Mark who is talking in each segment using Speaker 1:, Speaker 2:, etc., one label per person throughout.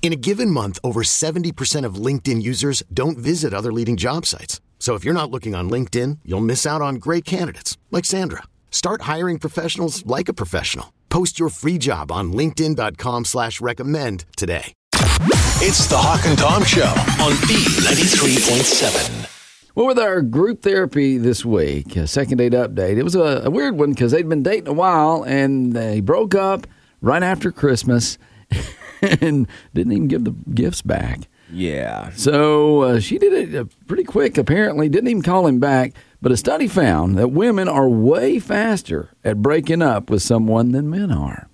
Speaker 1: In a given month, over 70% of LinkedIn users don't visit other leading job sites. So if you're not looking on LinkedIn, you'll miss out on great candidates like Sandra. Start hiring professionals like a professional. Post your free job on LinkedIn.com slash recommend today.
Speaker 2: It's the Hawk and Tom Show on B93.7.
Speaker 3: Well, with our group therapy this week, a second date update, it was a, a weird one because they'd been dating a while and they broke up right after Christmas and didn't even give the gifts back.
Speaker 4: Yeah.
Speaker 3: So uh, she did it uh, pretty quick, apparently, didn't even call him back. But a study found that women are way faster at breaking up with someone than men are.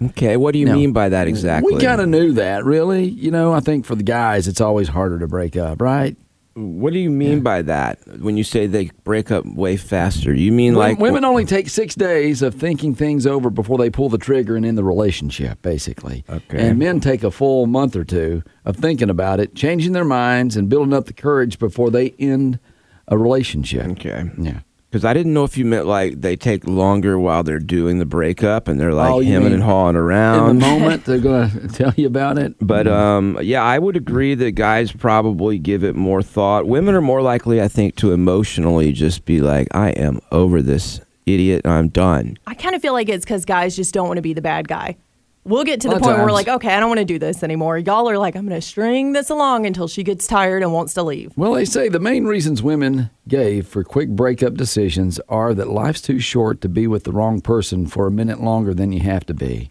Speaker 4: Okay. What do you
Speaker 3: No.
Speaker 4: mean by that exactly?
Speaker 3: We kind of knew that, really. You know, I think for the guys, it's always harder to break up, right?
Speaker 4: What do you mean by that when you say they break up way faster? You mean
Speaker 3: Wom-
Speaker 4: like
Speaker 3: women only take six days of thinking things over before they pull the trigger and end the relationship, basically.
Speaker 4: Okay.
Speaker 3: And men take a full month or two of thinking about it, changing their minds, and building up the courage before they end a relationship.
Speaker 4: Okay.
Speaker 3: Yeah.
Speaker 4: Because I didn't know if you meant like they take longer while they're doing the breakup and they're like
Speaker 3: Oh, you
Speaker 4: hemming
Speaker 3: mean
Speaker 4: and hawing
Speaker 3: In the
Speaker 4: around.
Speaker 3: moment, they're going to tell you about it.
Speaker 4: But um, yeah, I would agree that guys probably give it more thought. Women are more likely, I think, to emotionally just be like, "I am over this idiot. I'm done."
Speaker 5: I kind of feel like it's because guys just don't want to be the bad guy. We'll get to
Speaker 3: A
Speaker 5: the
Speaker 3: lot
Speaker 5: point
Speaker 3: of
Speaker 5: where we're
Speaker 3: times.
Speaker 5: like, okay, I don't want to do this anymore. Y'all are like, I'm going to string this along until she gets tired and wants to leave.
Speaker 3: Well, they say the main reasons women gave for quick breakup decisions are that life's too short to be with the wrong person for a minute longer than you have to be.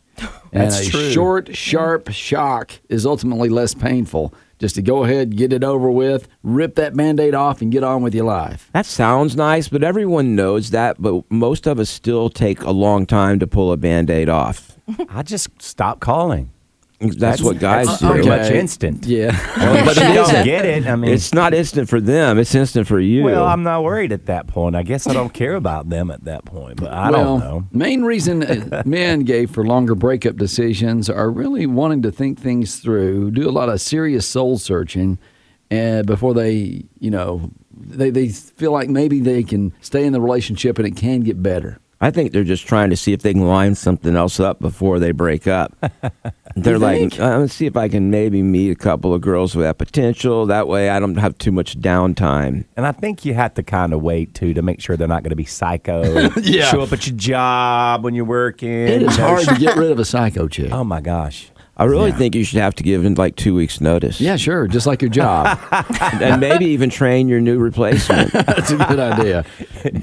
Speaker 3: And
Speaker 4: That's
Speaker 3: a
Speaker 4: true.
Speaker 3: short, sharp shock is ultimately less painful. Just to go ahead, get it over with, rip that band aid off, and get on with your life.
Speaker 4: That sounds nice, but everyone knows that. But most of us still take a long time to pull a band aid off.
Speaker 6: I just stop calling.
Speaker 4: That's, what guys
Speaker 6: that's
Speaker 4: do.
Speaker 6: pretty
Speaker 3: okay.
Speaker 6: much instant.
Speaker 3: Yeah.
Speaker 6: but if you don't get it, I mean,
Speaker 4: It's not instant for them, it's instant for you.
Speaker 6: well, I'm not worried at that point. I guess I don't care about them at that point, but I
Speaker 3: well,
Speaker 6: don't know.
Speaker 3: Main reason uh, men gave for longer breakup decisions are really wanting to think things through, do a lot of serious soul searching, uh, before they, you know, they they feel like maybe they can stay in the relationship and it can get better.
Speaker 4: I think they're just trying to see if they can line something else up before they break up. they're like, I'm going to see if I can maybe meet a couple of girls with that potential. That way I don't have too much downtime.
Speaker 6: And I think you have to kind of wait too to make sure they're not going to be psycho.
Speaker 3: Yeah.
Speaker 6: Show up at your job when you're working.
Speaker 3: It is
Speaker 6: you know,
Speaker 3: hard
Speaker 6: sh-
Speaker 3: to get rid of a psycho chick.
Speaker 6: Oh my gosh.
Speaker 4: I really think you should have to give them like two weeks' notice.
Speaker 3: Yeah, sure, just like your job.
Speaker 4: and maybe even train your new replacement.
Speaker 3: That's a good idea.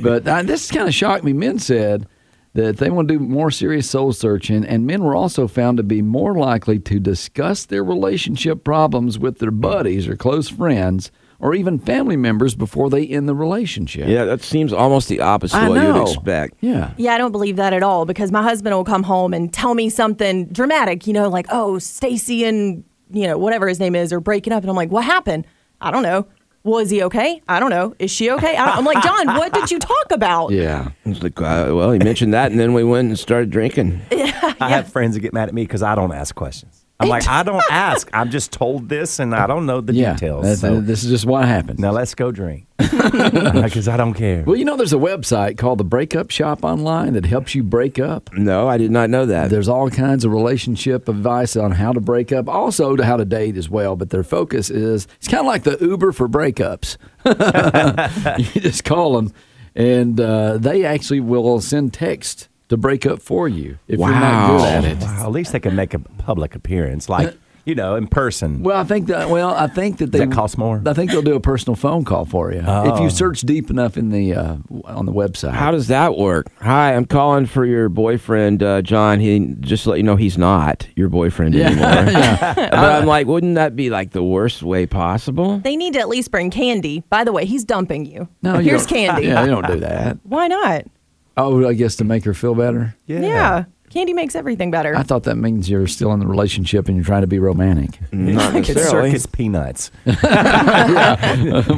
Speaker 3: But uh, this kind of shocked me. Men said that they want to do more serious soul searching, and men were also found to be more likely to discuss their relationship problems with their buddies or close friends or even family members before they end the relationship.
Speaker 4: yeah, that seems almost the opposite
Speaker 3: I
Speaker 4: of what
Speaker 3: know.
Speaker 4: you'd expect.
Speaker 3: Yeah.
Speaker 5: Yeah, I don't believe that at all because my husband will come home and tell me something dramatic, you know, like, oh, Stacy and, you know, whatever his name is are breaking up. And I'm like, what happened? I don't know. Well, is he okay? I don't know. Is she okay? I don't-" I'm like, John, what did you talk about?
Speaker 3: Yeah.
Speaker 4: It's like, uh, well, he mentioned that, and then we went and started drinking.
Speaker 6: I have friends that get mad at me because I don't ask questions. I'm like, I don't ask. I'm just told this, and I don't know the
Speaker 3: yeah.
Speaker 6: details.
Speaker 3: That's-
Speaker 6: so
Speaker 3: this is just what happens.
Speaker 6: now let's go drink because I don't care.
Speaker 3: well, you know, there's a website called the Breakup Shop Online that helps you break up.
Speaker 4: No, I did not know that.
Speaker 3: There's all kinds of relationship advice on how to break up, also to how to date as well. But their focus is it's kind of like the Uber for breakups. you just call them, and uh, they actually will send text to break up for you if you're not
Speaker 4: Wow.
Speaker 3: good at it.
Speaker 6: Wow, at least they can make a public appearance. Like, you know, in person.
Speaker 3: Well, I think that. Well, I think that they
Speaker 6: that cost more?
Speaker 3: I think they'll do a personal phone call for you if you search deep enough in the uh, on the website.
Speaker 4: How does that work? Hi, I'm calling for your boyfriend, uh, John. He just to let you know he's not your boyfriend
Speaker 3: Yeah.
Speaker 4: anymore. But I'm like, wouldn't that be like the worst way possible?
Speaker 5: They need to at least bring candy. By the way, he's dumping you.
Speaker 3: No, you
Speaker 5: here's
Speaker 3: don't-
Speaker 5: candy.
Speaker 3: Yeah, you don't do that.
Speaker 5: Why not?
Speaker 3: Oh, I guess to make her feel better.
Speaker 5: Yeah. Candy makes everything better.
Speaker 3: I thought that means you're still in the relationship and you're trying to be romantic.
Speaker 4: Not
Speaker 6: It's
Speaker 4: necessarily.
Speaker 6: circus peanuts.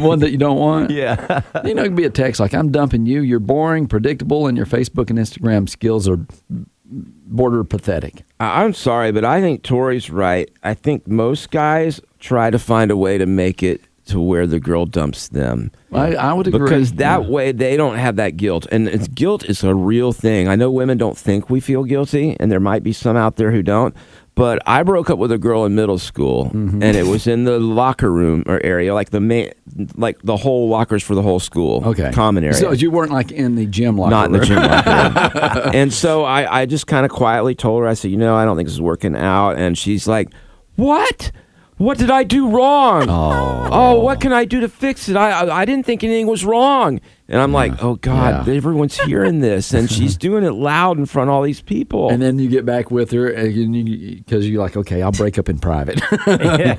Speaker 3: One that you don't want.
Speaker 6: Yeah.
Speaker 3: You know, it could be a text like, I'm dumping you. You're boring, predictable, and your Facebook and Instagram skills are border pathetic.
Speaker 4: I- I'm sorry, but I think Tori's right. I think most guys try to find a way to make it to where the girl dumps them.
Speaker 3: I, I would agree.
Speaker 4: Because that
Speaker 3: Yeah.
Speaker 4: way they don't have that guilt. And it's, guilt is a real thing. I know women don't think we feel guilty, and there might be some out there who don't. But I broke up with a girl in middle school,
Speaker 3: Mm-hmm.
Speaker 4: and it was in the locker room or area, like the main, like the whole lockers for the whole school,
Speaker 3: Okay.
Speaker 4: common area
Speaker 3: So you weren't like in the gym locker
Speaker 4: not in the
Speaker 3: room.
Speaker 4: gym locker room. and so I, I just kind of quietly told her, I said, you know, I don't think this is working out. And she's like, what? What did I do wrong? Oh, what can I do to fix it? I, I I didn't think anything was wrong. And I'm like, oh God,
Speaker 3: Yeah.
Speaker 4: everyone's hearing this, and she's doing it loud in front of all these people.
Speaker 3: And then you get back with her because you're like, okay, I'll break up in private.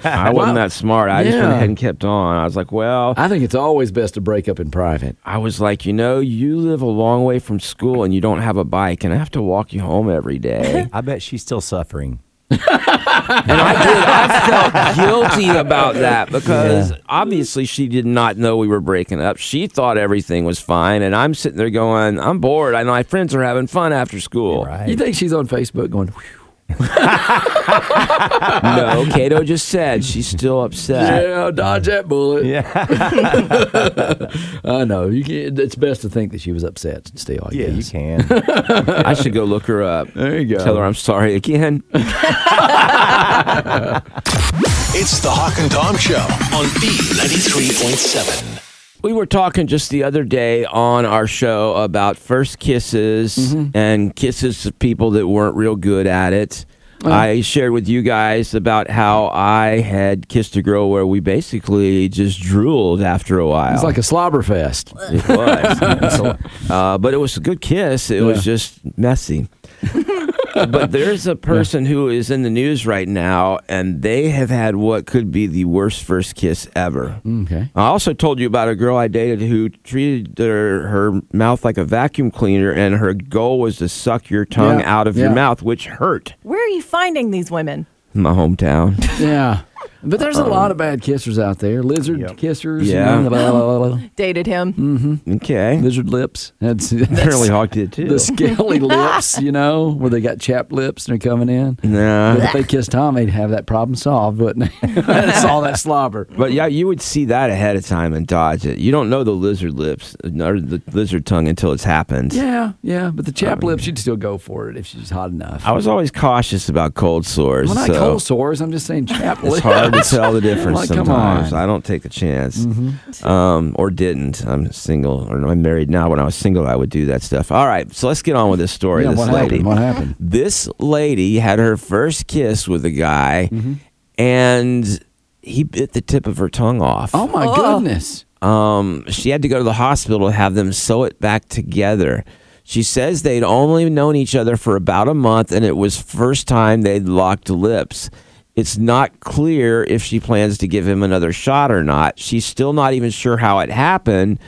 Speaker 4: I wasn't that smart. I just went
Speaker 3: Yeah.
Speaker 4: ahead and kept on. I was like, well,
Speaker 3: I think it's always best to break up in private.
Speaker 4: I was like, you know, you live a long way from school, and you don't have a bike, and I have to walk you home every day.
Speaker 6: I bet she's still suffering.
Speaker 4: And I did. I felt guilty about that because obviously she did not know we were breaking up. She thought everything was fine, and I'm sitting there going, "I'm bored. I know my friends are having fun after school."
Speaker 6: Right.
Speaker 3: You think she's on Facebook going, "Whew,
Speaker 4: No, Cato just said she's still upset.
Speaker 3: yeah, dodge that bullet.
Speaker 6: Yeah.
Speaker 3: I know. You can, it's best to think that she was upset still. I
Speaker 6: Yeah, you
Speaker 3: guess.
Speaker 6: can.
Speaker 4: I should go look her up.
Speaker 3: There you go.
Speaker 4: Tell her I'm sorry again.
Speaker 2: It's the Hawk and Tom Show on B93.7.
Speaker 4: We were talking just the other day on our show about first kisses
Speaker 3: Mm-hmm.
Speaker 4: and kisses to people that weren't real good at it.
Speaker 3: Oh.
Speaker 4: I shared with you guys about how I had kissed a girl where we basically just drooled after a while.
Speaker 3: It's like a slobber fest.
Speaker 4: it was. uh, but it was a good kiss. It was
Speaker 3: Yeah.
Speaker 4: just messy. but there's a person who is in the news right now, and they have had what could be the worst first kiss ever.
Speaker 3: Mm, Okay.
Speaker 4: I also told you about a girl I dated who treated her, her mouth like a vacuum cleaner, and her goal was to suck your tongue
Speaker 3: Yeah,
Speaker 4: out of your
Speaker 3: yeah.
Speaker 4: mouth, which hurt
Speaker 5: Where are you finding these women?
Speaker 4: in my hometown.
Speaker 3: Yeah. But there's a lot of bad kissers out there. Lizard kissers.
Speaker 4: Um, Yeah.
Speaker 3: blah, blah, blah, blah, blah.
Speaker 5: Dated him.
Speaker 4: Okay.
Speaker 3: Lizard lips. That's, that's
Speaker 4: Apparently, Hawk did too.
Speaker 3: the scaly lips, you know, where they got chapped lips and they're coming in. But
Speaker 4: Nah.
Speaker 3: if they kissed Tom, they'd have that problem solved, wouldn't they? That's all that slobber.
Speaker 4: But yeah, you would see that ahead of time and dodge it. You don't know the lizard lips or the lizard tongue until it's happened.
Speaker 3: Yeah, yeah. But the chapped lips, you'd still go for it if she's hot enough.
Speaker 4: I was always cautious about cold sores.
Speaker 3: well, not
Speaker 4: so
Speaker 3: cold sores. I'm just saying chapped lips.
Speaker 4: It's hard to tell the difference
Speaker 3: Like, come
Speaker 4: sometimes.
Speaker 3: on. Mm-hmm.
Speaker 4: I don't take a chance, um, or didn't. I'm single, or I'm married now. When I was single, I would do that stuff. All right, so let's get on with this story.
Speaker 3: Yeah,
Speaker 4: this
Speaker 3: what
Speaker 4: lady,
Speaker 3: happened? What happened?
Speaker 4: this lady had her first kiss with a guy,
Speaker 3: Mm-hmm.
Speaker 4: and he bit the tip of her tongue off.
Speaker 3: Oh, my goodness.
Speaker 4: Um, she had to go to the hospital to have them sew it back together. She says they'd only known each other for about a month, and it was first time they'd locked lips. It's not clear if she plans to give him another shot or not. She's still not even sure how it happened.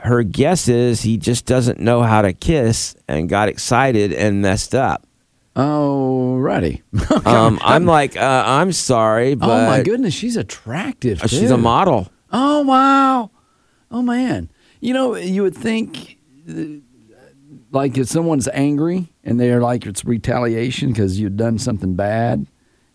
Speaker 4: Her guess is he just doesn't know how to kiss and got excited and messed up.
Speaker 3: Alrighty.
Speaker 4: Um, I'm like, uh, I'm sorry, but
Speaker 3: oh my goodness, she's attractive.
Speaker 4: Uh, she's a
Speaker 3: too.
Speaker 4: model.
Speaker 3: Oh wow. Oh man. You know, you would think uh, like if someone's angry and they're like it's retaliation because you've done something bad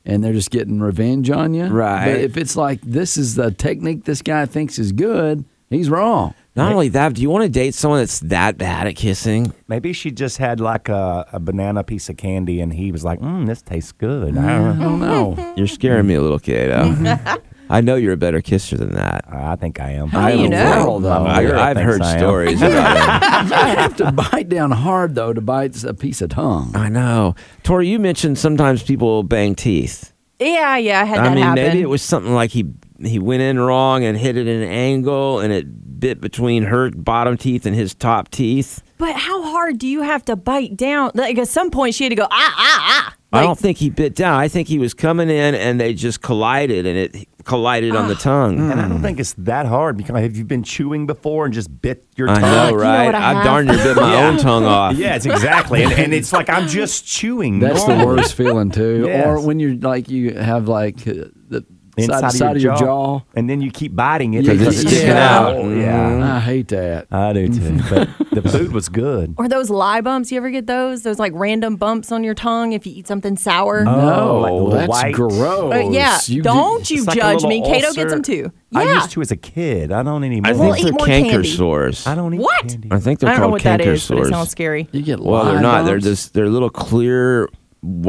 Speaker 3: and they're just getting revenge on you.
Speaker 4: Right.
Speaker 3: But if it's like this is the technique this guy thinks is good, he's wrong.
Speaker 4: Not only that, do you want to date someone that's that bad at kissing?
Speaker 6: Maybe she just had like a, a banana piece of candy and he was like, mm, this tastes good. I don't
Speaker 3: I
Speaker 6: know.
Speaker 3: don't know.
Speaker 4: You're scaring me a little, Kato.
Speaker 5: Mm-hmm.
Speaker 4: I know you're a better kisser than that.
Speaker 6: I think I am.
Speaker 5: do
Speaker 6: I
Speaker 5: you
Speaker 6: am.
Speaker 5: know?
Speaker 3: World, though.
Speaker 6: I'm
Speaker 4: I,
Speaker 6: weird,
Speaker 4: have
Speaker 6: thinks
Speaker 4: heard
Speaker 6: I am.
Speaker 4: stories about it.
Speaker 3: you have to bite down hard though to bite a piece of tongue.
Speaker 4: I know. Tori, you mentioned sometimes people bang teeth.
Speaker 5: Yeah, yeah, I had that
Speaker 4: I mean,
Speaker 5: happen.
Speaker 4: maybe it was something like he he went in wrong and hit it at an angle, and it bit between her bottom teeth and his top teeth.
Speaker 5: but how hard do you have to bite down? Like at some point, she had to go ah ah ah.
Speaker 4: I don't think he bit down. I think he was coming in, and they just collided, and it collided on the
Speaker 5: Ah.
Speaker 4: tongue.
Speaker 5: Mm.
Speaker 6: And I don't think it's that hard. Because have you been chewing before and just bit your
Speaker 4: I
Speaker 6: tongue?
Speaker 4: know,
Speaker 5: know
Speaker 4: right?
Speaker 5: what I
Speaker 4: I've
Speaker 5: have?
Speaker 4: darn near bit my
Speaker 6: Yeah.
Speaker 4: own tongue off.
Speaker 6: Yeah, it's exactly. And, and it's like I'm just chewing.
Speaker 3: That's the
Speaker 6: normal.
Speaker 3: worst feeling too. Or
Speaker 6: Yes.
Speaker 3: when you're like you have like uh, the
Speaker 6: Inside
Speaker 3: side, side of your jaw.
Speaker 6: And then you keep biting it
Speaker 3: Yeah,
Speaker 6: because
Speaker 3: it's
Speaker 6: it's
Speaker 3: sticking
Speaker 6: sticking
Speaker 3: out.
Speaker 6: out.
Speaker 4: Mm-hmm.
Speaker 6: Yeah.
Speaker 3: I hate that.
Speaker 6: I do too. But the food was good.
Speaker 5: Or those lie bumps. You ever get those? Those like random bumps on your tongue if you eat something sour.
Speaker 6: Oh, like
Speaker 3: no,
Speaker 6: the
Speaker 3: that's
Speaker 6: white-
Speaker 3: gross.
Speaker 5: Uh, yeah,
Speaker 3: You
Speaker 5: don't you
Speaker 6: It's like a
Speaker 5: judge me.
Speaker 6: little
Speaker 5: Kato gets
Speaker 6: ulcer.
Speaker 5: them too.
Speaker 6: I
Speaker 5: Yeah,
Speaker 6: used to as a kid. I don't anymore.
Speaker 4: I
Speaker 5: We'll
Speaker 4: think
Speaker 5: eat
Speaker 4: they're
Speaker 5: more
Speaker 4: canker
Speaker 5: candy.
Speaker 4: sores.
Speaker 6: I don't eat
Speaker 5: What?
Speaker 6: candy.
Speaker 4: I think they're
Speaker 5: I don't know
Speaker 4: called
Speaker 5: what that
Speaker 4: canker
Speaker 5: is, but
Speaker 4: sores.
Speaker 5: it sounds scary.
Speaker 3: You get
Speaker 4: well, they're
Speaker 3: lie
Speaker 4: not. They're
Speaker 3: bumps.
Speaker 4: just they're little clear,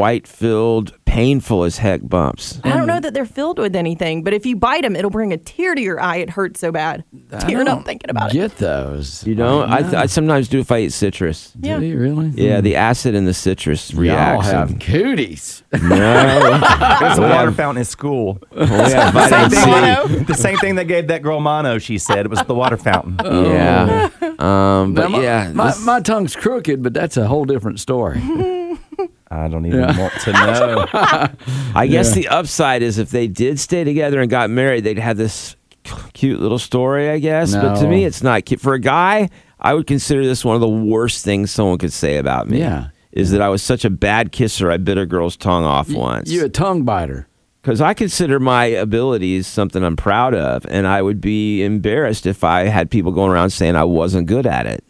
Speaker 4: white-filled, painful as heck bumps.
Speaker 5: I don't know that they're filled with anything, but if you bite them, it'll bring a tear to your eye. It hurts so bad.
Speaker 3: I
Speaker 5: Tearing
Speaker 3: don't
Speaker 5: up thinking about it.
Speaker 3: Get those.
Speaker 4: You know, I, th- I sometimes do if I eat citrus.
Speaker 3: Do you really?
Speaker 4: Yeah, the acid in the citrus
Speaker 3: Hmm. Y'all
Speaker 4: reacts.
Speaker 3: have
Speaker 4: and-
Speaker 3: cooties.
Speaker 6: There's a
Speaker 4: We
Speaker 6: water
Speaker 4: have-
Speaker 6: fountain at school.
Speaker 4: Well, we have vitamin C.
Speaker 6: Mono. the same thing that gave that girl mono, she said. It was the water fountain.
Speaker 4: Yeah.
Speaker 3: Oh.
Speaker 4: Um,
Speaker 3: Now,
Speaker 4: but
Speaker 3: my,
Speaker 4: yeah,
Speaker 3: my,
Speaker 4: this-
Speaker 3: my tongue's crooked, but that's a whole different story.
Speaker 6: I don't even want to know.
Speaker 4: I guess the upside is if they did stay together and got married, they'd have this c- cute little story, I guess. But to
Speaker 3: No.
Speaker 4: me, it's not cute. For a guy, I would consider this one of the worst things someone could say about me.
Speaker 3: Yeah.
Speaker 4: Is that I was such a bad kisser, I bit a girl's tongue off once.
Speaker 3: you a tongue biter.
Speaker 4: Because I consider my abilities something I'm proud of, and I would be embarrassed if I had people going around saying I wasn't good at it.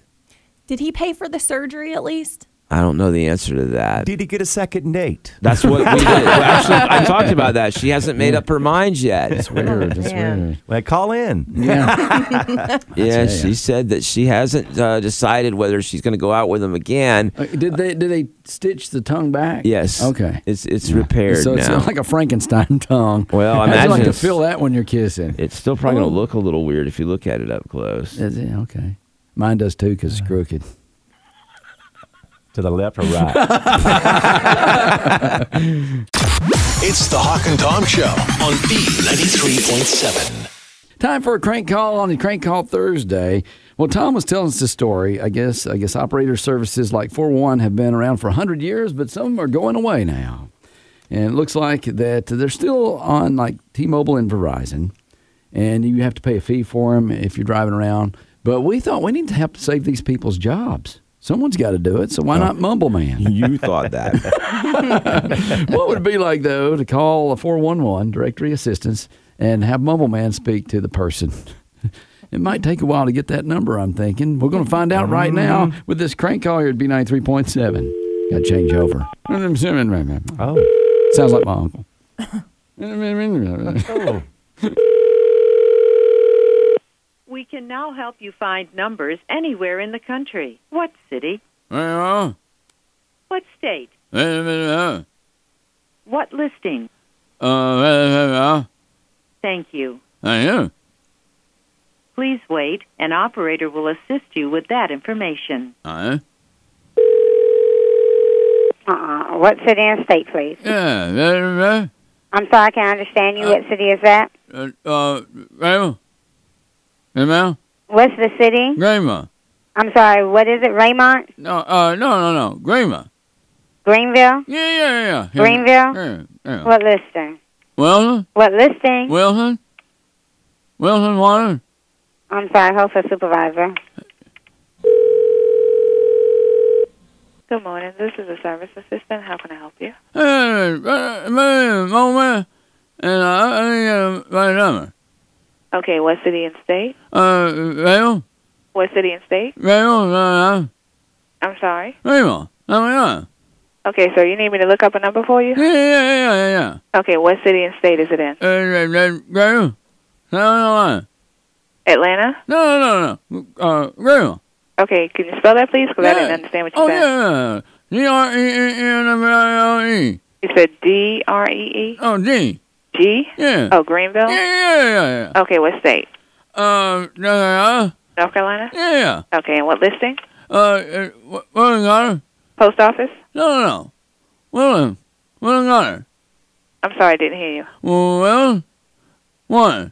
Speaker 5: Did he pay for the surgery at least?
Speaker 4: I don't know the answer to that.
Speaker 6: Did he get a second date?
Speaker 4: That's what we did. Well, actually, I talked about that. She hasn't made up her mind yet.
Speaker 3: It's
Speaker 5: Oh,
Speaker 3: weird. It's
Speaker 5: man.
Speaker 3: weird.
Speaker 6: Like, call in.
Speaker 3: Yeah. tell
Speaker 4: Yeah,
Speaker 3: ya.
Speaker 4: she said that she hasn't uh, decided whether she's going to go out with him again.
Speaker 3: Uh, did they did they stitch the tongue back?
Speaker 4: Yes.
Speaker 3: Okay.
Speaker 4: It's it's repaired
Speaker 3: so it's
Speaker 4: now.
Speaker 3: like a Frankenstein tongue.
Speaker 4: Well, I
Speaker 3: How's it
Speaker 4: imagine
Speaker 3: like to
Speaker 4: it's-
Speaker 3: feel that when you're kissing.
Speaker 4: it's still probably going to look a little weird if you look at it up close.
Speaker 3: Is it? Okay. Mine does too because it's crooked.
Speaker 6: To the left or right?
Speaker 2: It's the Hawk and Tom Show on B93.7.
Speaker 3: Time for a crank call on the Crank Call Thursday. Well, Tom was telling us the story. I guess I guess operator services like 4-1 have been around for 100 years, but some are going away now. And it looks like that they're still on like T-Mobile and Verizon, and you have to pay a fee for them if you're driving around. But we thought we need to help save these people's jobs. Someone's got to do it, so why not Mumble Man?
Speaker 4: You thought that.
Speaker 3: what would it be like though to call a 411 directory assistance and have mumble man speak to the person it might take a while to get that number i'm thinking we're going to find out right now with this crank call here at b93.7 got to change over
Speaker 6: Oh.
Speaker 3: sounds like my uncle
Speaker 6: oh.
Speaker 7: We can now help you find numbers anywhere in the country. What city? What state? What listing?
Speaker 3: Uh,
Speaker 7: Thank you. Please wait. An operator will assist you with that information.
Speaker 3: Uh-huh.
Speaker 8: Uh-uh. What city and state, please?
Speaker 3: uh,
Speaker 8: I'm sorry, I can't understand you. What city is that?
Speaker 3: uh,
Speaker 8: What's the city?
Speaker 3: grandma
Speaker 8: I'm sorry, what is it? Raymont?
Speaker 3: no uh, no no no grandma
Speaker 8: Greenville?
Speaker 3: yeah yeah yeah
Speaker 8: Greenville?
Speaker 3: yeah.
Speaker 8: What listing?
Speaker 3: Wilson
Speaker 8: What listing?
Speaker 3: Wilson Wilson Water
Speaker 8: I'm sorry, hold for supervisor.
Speaker 7: Good morning. This is a service assistant. How can I help you?
Speaker 3: Hey, uh, my moment, and I, I need uh, my number.
Speaker 7: Okay, what city and state?
Speaker 3: Uh, Raymond,
Speaker 7: What city and state?
Speaker 3: Raymond, uh,
Speaker 7: I'm sorry.
Speaker 3: Raymond, oh my God.
Speaker 7: Okay, so you need me to look up a number for you?
Speaker 3: Yeah, yeah, yeah, yeah,
Speaker 7: Okay, what city and state is it in?
Speaker 3: yeah. Uh, uh, uh, Raymond, no, no, no,
Speaker 7: Atlanta?
Speaker 3: no, no, no, no, uh, Raymond.
Speaker 7: Okay, can you spell that, please? Because I
Speaker 3: Yeah.
Speaker 7: didn't understand what you
Speaker 3: Oh,
Speaker 7: said.
Speaker 3: yeah, yeah,
Speaker 9: E
Speaker 3: yeah. D-R-E-E-N-M-I-L-E.
Speaker 7: You said D R E E
Speaker 3: Oh, D.
Speaker 7: G?
Speaker 3: Yeah.
Speaker 7: Oh, Greenville?
Speaker 3: Yeah, yeah, yeah,
Speaker 7: Okay, what state?
Speaker 3: yeah. Uh, no, no, no.
Speaker 7: North Carolina?
Speaker 3: yeah, yeah.
Speaker 7: Okay, and what listing?
Speaker 3: Uh, uh, what, what we got her?
Speaker 7: Post office?
Speaker 3: No, no, no. Wilson, what we got her?
Speaker 10: I'm sorry, I didn't hear you.
Speaker 9: Well, what?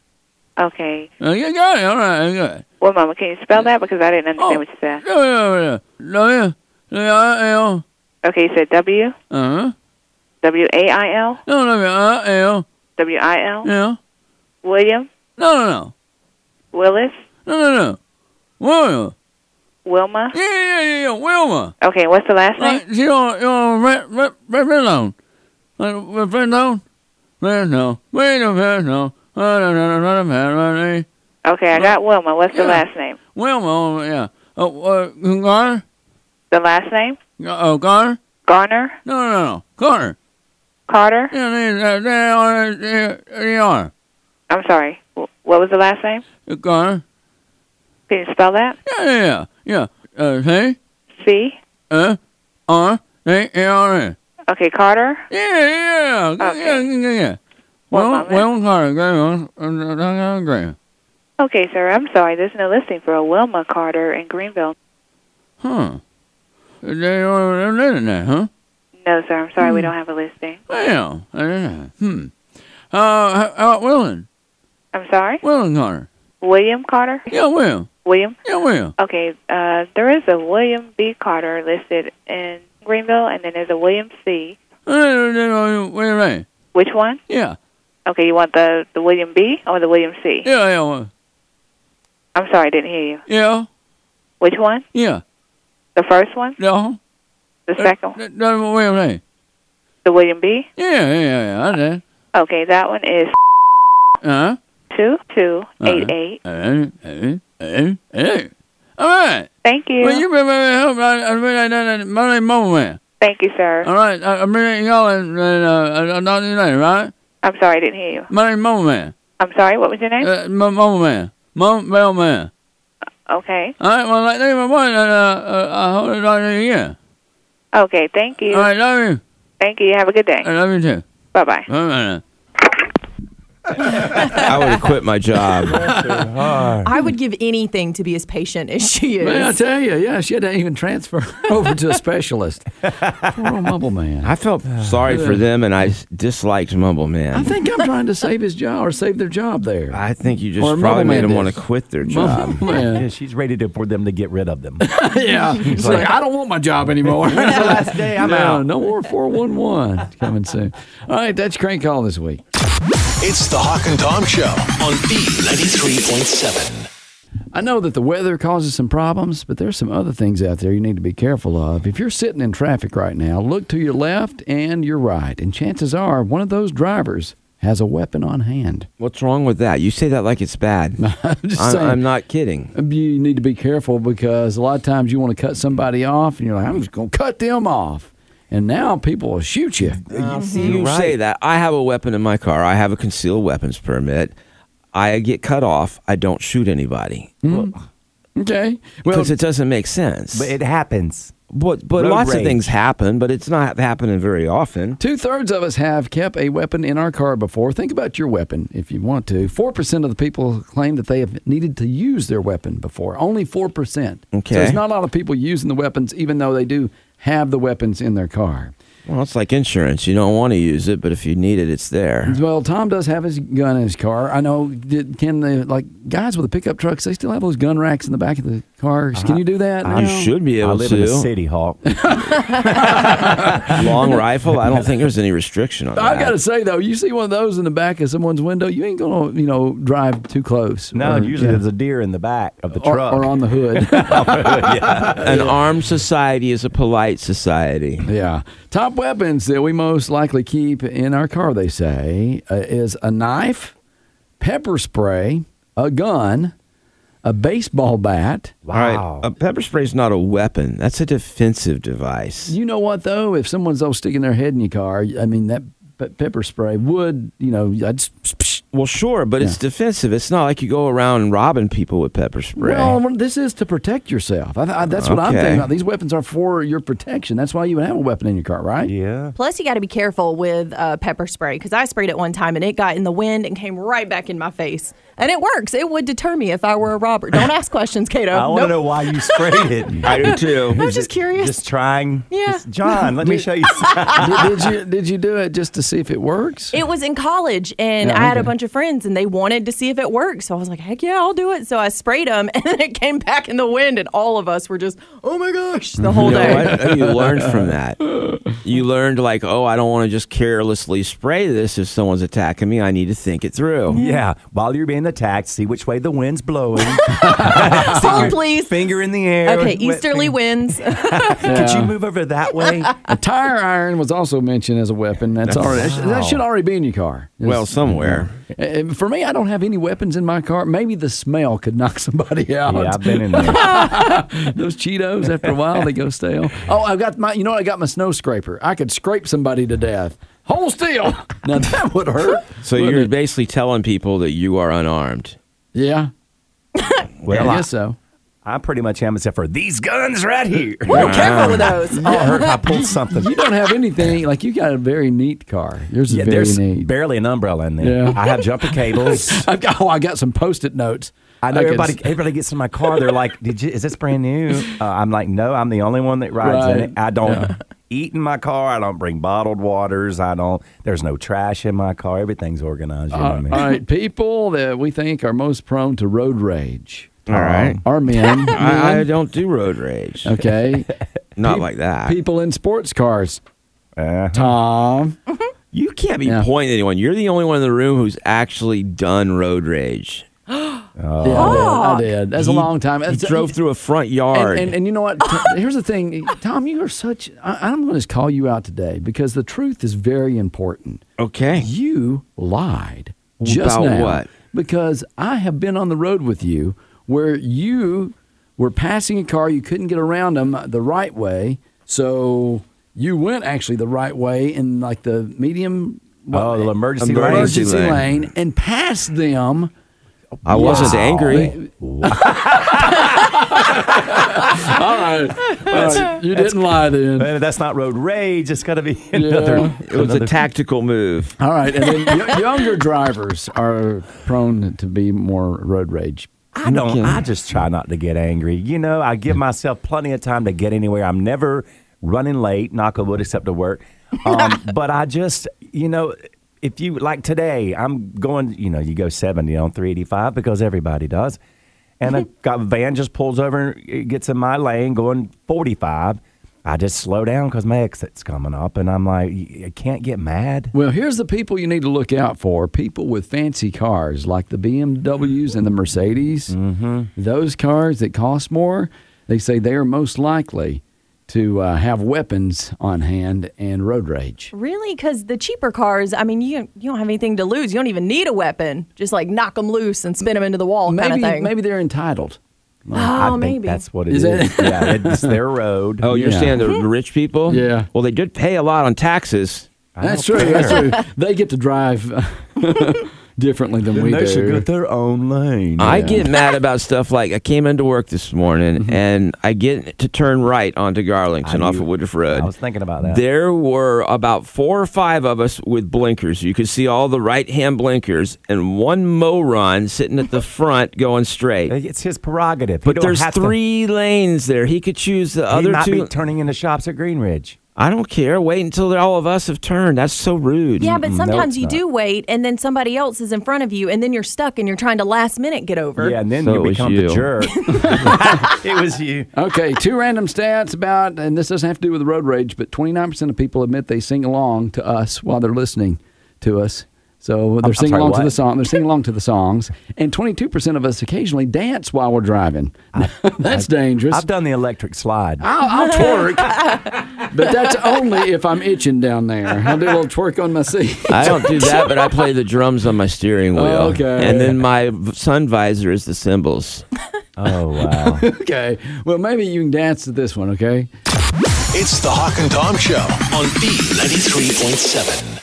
Speaker 10: Okay.
Speaker 9: Uh, you got it. All right, I got it.
Speaker 10: Well, Mama, can you spell that because I didn't
Speaker 9: Oh.
Speaker 10: understand what you said.
Speaker 9: Yeah, yeah, yeah. W I L.
Speaker 10: Okay, you said W
Speaker 9: Uh huh.
Speaker 10: W A I L
Speaker 9: No, W I L.
Speaker 10: W I L
Speaker 9: Yeah.
Speaker 10: William
Speaker 9: No, no, no.
Speaker 10: Willis
Speaker 9: No, no, no. Wilma.
Speaker 10: Wilma.
Speaker 9: Yeah, yeah, yeah, yeah. Wilma.
Speaker 10: Okay, what's the last name?
Speaker 9: Like, she on, you on red, red, red, red loan. Like, red, red loan? Red, no. Wait a minute, no. I don't know, I don't know, I don't know.
Speaker 10: Okay, I got Wilma. What's the
Speaker 9: Yeah.
Speaker 10: last name?
Speaker 9: Wilma, oh, yeah. Oh, uh, Garner?
Speaker 10: The last name?
Speaker 9: Oh, Garner?
Speaker 10: Garner?
Speaker 9: No, no, no. Garner.
Speaker 10: Carter?
Speaker 9: Yeah, they, uh, they are, they, they are.
Speaker 10: I'm sorry. wh- What was the last name?
Speaker 9: Garner?
Speaker 10: Can you spell that?
Speaker 9: Yeah, yeah, yeah. yeah. Uh, hey?
Speaker 10: C.
Speaker 9: Uh, R, A, R, A.
Speaker 10: Okay, Carter.
Speaker 9: Yeah, yeah, yeah, yeah, yeah, yeah. Well, well, Carter, Graham, uh, uh, Graham.
Speaker 10: Okay, sir. I'm sorry. There's no listing for a Wilma Carter in Greenville.
Speaker 9: Huh. They are living there, huh?
Speaker 10: No, sir. I'm
Speaker 9: Hmm.
Speaker 10: sorry. We don't have a listing.
Speaker 9: Yeah, I don't know. Hmm. Uh, how about Willen?
Speaker 10: I'm sorry.
Speaker 9: Willen Carter.
Speaker 10: William Carter.
Speaker 9: Yeah, Will.
Speaker 10: William.
Speaker 9: Yeah, Will.
Speaker 10: Okay. Uh, there is a William B. Carter listed in Greenville, and then there's a William C.
Speaker 9: Uh, Wait a minute.
Speaker 10: Which one?
Speaker 9: Yeah.
Speaker 10: Okay, you want the the William B. or the William C.
Speaker 9: Yeah, yeah, well,
Speaker 10: I'm sorry, I didn't hear you.
Speaker 9: yeah,
Speaker 10: Which one?
Speaker 9: yeah.
Speaker 10: The first one?
Speaker 9: No.
Speaker 10: The
Speaker 9: Uh,
Speaker 10: second one?
Speaker 9: No, no, wait a minute.
Speaker 10: The William B.
Speaker 9: Yeah, yeah, yeah, yeah, I did.
Speaker 10: Okay, that one is
Speaker 9: Uh-huh.
Speaker 10: two two eight eight.
Speaker 9: Uh, uh, uh, uh. All right.
Speaker 10: Thank you.
Speaker 9: Well, you've been very helpful. I, I really done it. My name Mobile Man.
Speaker 10: Thank you, sir.
Speaker 9: All right. I, I'm meeting y'all in, in uh, I, I don't know your name, right?
Speaker 10: I'm sorry, I didn't hear you.
Speaker 9: My name Mobile Man.
Speaker 10: I'm sorry, what was your name?
Speaker 9: Uh, M- Mobile Man. Mo- Mobile Man.
Speaker 10: okay.
Speaker 9: All right. Well, like, thank you, my boy. And, uh, uh, I hope it's all right again.
Speaker 10: Okay, thank you.
Speaker 9: All right. Uh, Love you.
Speaker 10: Thank you. Have a good day.
Speaker 9: I love you too.
Speaker 10: Bye bye.
Speaker 9: Bye-bye.
Speaker 4: I would have quit my job.
Speaker 5: I would give anything to be as patient as she is.
Speaker 3: Man, I tell you, yeah, she had to even transfer over to a specialist. Poor old Mumble Man.
Speaker 4: I felt sorry for them, and I disliked Mumble Man.
Speaker 3: I think I'm trying to save his job or save their job there.
Speaker 4: I think you just
Speaker 3: Or
Speaker 4: probably
Speaker 3: Mumble Man
Speaker 4: made them
Speaker 3: is.
Speaker 4: want to quit their
Speaker 3: Mumble
Speaker 4: job.
Speaker 3: Man.
Speaker 6: Yeah, she's ready to, for them to get rid of them.
Speaker 3: yeah. It's like, I don't want my job anymore. last day,
Speaker 6: I'm
Speaker 3: no,
Speaker 6: out.
Speaker 3: No more 411 coming soon. All right, that's Crank Call this week.
Speaker 2: It's the Hawk and Tom Show on B93.7.
Speaker 3: I know that the weather causes some problems, but there's some other things out there you need to be careful of. If you're sitting in traffic right now, look to your left and your right, and chances are one of those drivers has a weapon on hand.
Speaker 4: What's wrong with that? You say that like it's bad. I'm,
Speaker 3: just
Speaker 4: I'm,
Speaker 3: saying.
Speaker 4: not kidding.
Speaker 3: You need to be careful because a lot of times you want to cut somebody off, and you're like, I'm just going to cut them off. And now people will shoot you.
Speaker 4: you say that. I have a weapon in my car. I have a concealed weapons permit. I get cut off. I don't shoot anybody
Speaker 3: Okay. Well,
Speaker 4: because it doesn't make sense.
Speaker 6: But it happens.
Speaker 4: But, but
Speaker 6: Road
Speaker 4: lots of
Speaker 6: rage.
Speaker 4: things happen, but it's not happening very often.
Speaker 3: Two thirds of us have kept a weapon in our car before. Think about your weapon if you want to. 4% of the people claim that they have needed to use their weapon before. Only 4%. So
Speaker 4: Okay.
Speaker 3: there's not a lot of people using the weapons, even though they do have the weapons in their car.
Speaker 4: Well, it's like insurance. You don't want to use it, but if you need it, it's there.
Speaker 3: Well, Tom does have his gun in his car. I know. Did, can the like guys with the pickup trucks? They still have those gun racks in the back of the cars. Can you do that?
Speaker 4: Uh-huh. You
Speaker 3: now?
Speaker 4: should be
Speaker 6: I
Speaker 4: able
Speaker 6: live
Speaker 4: to.
Speaker 6: in a city, Hawk.
Speaker 4: Long rifle. I don't think there's any restriction on
Speaker 3: I've
Speaker 4: that.
Speaker 3: got to say though, you see one of those in the back of someone's window, you ain't gonna you know drive too close.
Speaker 6: No,
Speaker 3: Or-
Speaker 6: usually
Speaker 3: yeah.
Speaker 6: there's a deer in the back of the
Speaker 3: or,
Speaker 6: truck.
Speaker 3: or on the hood.
Speaker 4: An armed society is a polite society.
Speaker 3: yeah. Top weapons that we most likely keep in our car, they say, uh, is a knife, pepper spray, a gun, a baseball bat.
Speaker 6: wow.
Speaker 4: A pepper spray is not a weapon. That's a defensive device.
Speaker 3: You know what though? If someone's all sticking their head in your car, I mean that pe- pepper spray would, you know, I'd s- psh,
Speaker 4: Well, sure, but it's defensive. It's not like you go around robbing people with pepper spray.
Speaker 3: Well, this is to protect yourself. I, I, that's what I'm
Speaker 4: Okay.
Speaker 3: thinking about. These weapons are for your protection. That's why you would have a weapon in your car, right?
Speaker 6: Yeah.
Speaker 5: Plus, you got to be careful with uh, pepper spray because I sprayed it one time and it got in the wind and came right back in my face. And it works. It would deter me if I were a robber. Don't ask questions, Kato.
Speaker 6: I want to
Speaker 5: Nope.
Speaker 6: know why you sprayed it.
Speaker 4: I do too.
Speaker 5: I was just curious.
Speaker 6: Just trying.
Speaker 5: Yeah.
Speaker 6: Just- John, let me
Speaker 3: Did-
Speaker 6: show you.
Speaker 3: did, did you did you do it just to see if it works?
Speaker 5: It was in college, and
Speaker 3: Yeah,
Speaker 5: I had a
Speaker 3: okay.
Speaker 5: bunch of friends, and they wanted to see if it worked. So I was like, heck yeah, I'll do it. So I sprayed them, and then it came back in the wind, and all of us were just, oh my gosh, the whole
Speaker 4: You know
Speaker 5: day.
Speaker 4: what? You learned from that. You learned like, oh, I don't want to just carelessly spray this if someone's attacking me. I need to think it through.
Speaker 6: Yeah. While you're being attacked, see which way the wind's blowing.
Speaker 5: Hold, please.
Speaker 6: Finger in the air.
Speaker 5: Okay,
Speaker 6: Wet
Speaker 5: easterly winds.
Speaker 6: Could you move over that way?
Speaker 3: A tire iron was also mentioned as a weapon. That's already that should- that should already be in your car.
Speaker 4: Well, somewhere.
Speaker 3: Uh, For me, I don't have any weapons in my car. Maybe the smell could knock somebody out.
Speaker 6: Yeah, I've been in there.
Speaker 3: Those Cheetos, after a while, they go stale. Oh, I've got my, you know, what? I got my snow scraper. I could scrape somebody to death. Hold still. Now that would hurt.
Speaker 4: So
Speaker 3: Wouldn't
Speaker 4: you're
Speaker 3: it?
Speaker 4: basically telling people that you are unarmed.
Speaker 3: yeah.
Speaker 6: Well,
Speaker 3: I guess so.
Speaker 6: I pretty much am, except for these guns right here.
Speaker 5: Whoa, careful with those.
Speaker 6: I heard I pulled something.
Speaker 3: You don't have anything like you got a very neat car. Yours is
Speaker 6: Yeah,
Speaker 3: very
Speaker 6: there's
Speaker 3: neat.
Speaker 6: barely an umbrella in there.
Speaker 3: Yeah.
Speaker 6: I have jumper cables.
Speaker 3: I've got, oh, I got some post-it notes.
Speaker 6: I know
Speaker 3: could
Speaker 6: everybody.
Speaker 3: s-
Speaker 6: Everybody gets in my car. They're like, "Did you? Is this brand new?" Uh, I'm like, "No, I'm the only one that rides in
Speaker 3: Right.
Speaker 6: it. I don't eat in my car. I don't bring bottled waters. I don't. There's no trash in my car. Everything's organized. You know what I
Speaker 3: All
Speaker 6: mean?
Speaker 3: right, people that we think are most prone to road rage
Speaker 4: All right.
Speaker 3: are men.
Speaker 4: I, I don't do road
Speaker 3: Uh,
Speaker 4: rage.
Speaker 3: okay,
Speaker 4: Not like that.
Speaker 3: people in sports cars.
Speaker 6: Uh,
Speaker 3: Tom,
Speaker 4: You can't be
Speaker 3: Yeah.
Speaker 4: pointing at anyone. You're the only one in the room who's actually done road rage.
Speaker 3: yeah, I, did. I did. That's a
Speaker 4: Oh. He-
Speaker 3: long time.
Speaker 4: He
Speaker 3: That's-
Speaker 4: drove through a front yard.
Speaker 3: And, and, and you know what? T- Here's the thing, Tom. You are such. I, I'm going to call you out today because the truth is very important.
Speaker 4: okay.
Speaker 3: You lied just
Speaker 4: About
Speaker 3: now.
Speaker 4: what?
Speaker 3: Because I have been on the road with you where you were passing a car, you couldn't get around them the right way, so you went actually the right way in like the medium.
Speaker 6: Oh, the emergency lane.
Speaker 3: emergency
Speaker 4: Emergency lane.
Speaker 3: lane and passed them.
Speaker 4: I wasn't
Speaker 3: Wow.
Speaker 4: angry.
Speaker 3: All right, All right. you didn't lie then.
Speaker 6: Uh, that's not road rage. It's got to be another.
Speaker 4: It was a tactical move.
Speaker 3: All right, and then y- younger drivers are prone to be more road rage.
Speaker 6: I don't. I just try not to get angry. You know, I give myself plenty of time to get anywhere. I'm never running late, knock on wood, except to work. Um, but I just, you know, if you like today, I'm going. You know, you go 70 on 385 because everybody does. And a got, van just pulls over and gets in my lane, going 45. I just slow down because my exit's coming up, and I'm like, y- I can't get mad.
Speaker 3: Well, here's the people you need to look out for: people with fancy cars like the BMWs and the Mercedes. Mm-hmm. Those cars that cost more, they say they are most likely to uh, have weapons on hand and road rage.
Speaker 5: Really? Because the cheaper cars, I mean, you you don't have anything to lose. You don't even need a weapon. Just like knock them loose and spin them into the wall, kind
Speaker 3: Maybe
Speaker 5: of thing.
Speaker 3: maybe they're entitled.
Speaker 6: I
Speaker 5: oh,
Speaker 6: think
Speaker 5: maybe.
Speaker 6: that's what it
Speaker 3: Is
Speaker 6: is.
Speaker 3: it?
Speaker 6: yeah, it's their road.
Speaker 4: Oh, you're
Speaker 3: Yeah.
Speaker 4: saying the
Speaker 6: Hmm.
Speaker 4: rich people?
Speaker 3: Yeah.
Speaker 4: Well, they did pay a lot on taxes.
Speaker 6: I
Speaker 3: That's true.
Speaker 6: don't
Speaker 3: That's
Speaker 6: care.
Speaker 3: true. They get to drive differently than we do.
Speaker 6: their own lane.
Speaker 4: I get mad about stuff like I came into work this morning and I get to turn right onto Garlington
Speaker 6: Mm-hmm. I
Speaker 4: off
Speaker 6: knew-
Speaker 4: of Woodruff Road.
Speaker 6: I was thinking about that.
Speaker 4: There were about four or five of us with blinkers. You could see all the right hand blinkers and one moron sitting at the front going straight.
Speaker 6: it's his prerogative. He
Speaker 4: But
Speaker 6: don't
Speaker 4: there's
Speaker 6: have to-
Speaker 4: three lanes there. He could choose the
Speaker 6: he
Speaker 4: other
Speaker 6: might
Speaker 4: two.
Speaker 6: be turning into shops at Green Ridge.
Speaker 4: I don't care. Wait until all of us have turned. That's so rude.
Speaker 5: yeah, but
Speaker 6: no,
Speaker 5: sometimes
Speaker 6: it's
Speaker 5: you
Speaker 6: not.
Speaker 5: do wait, and then somebody else is in front of you, and then you're stuck, and you're trying to last minute get over.
Speaker 6: Yeah, and then
Speaker 4: So
Speaker 6: you
Speaker 4: it was
Speaker 6: become
Speaker 4: you.
Speaker 6: the jerk. it was you.
Speaker 3: Okay, two random stats about, and this doesn't have to do with road rage, but 29% of people admit they sing along to us while they're listening to us. So they're singing
Speaker 6: sorry,
Speaker 3: along to
Speaker 6: what?
Speaker 3: the song. They're singing along to the songs, and 22% of us occasionally dance while we're driving. that's dangerous.
Speaker 6: I've done the electric slide.
Speaker 3: I'll, I'll twerk, but that's only if I'm itching down there. I'll do a little twerk on my seat.
Speaker 4: I don't do that, but I play the drums on my steering wheel.
Speaker 3: Oh, okay.
Speaker 4: And then my v- sun visor is the cymbals.
Speaker 6: oh wow!
Speaker 3: okay, well maybe you can dance to this one. Okay.
Speaker 2: It's the Hawk and Tom Show on B93.7.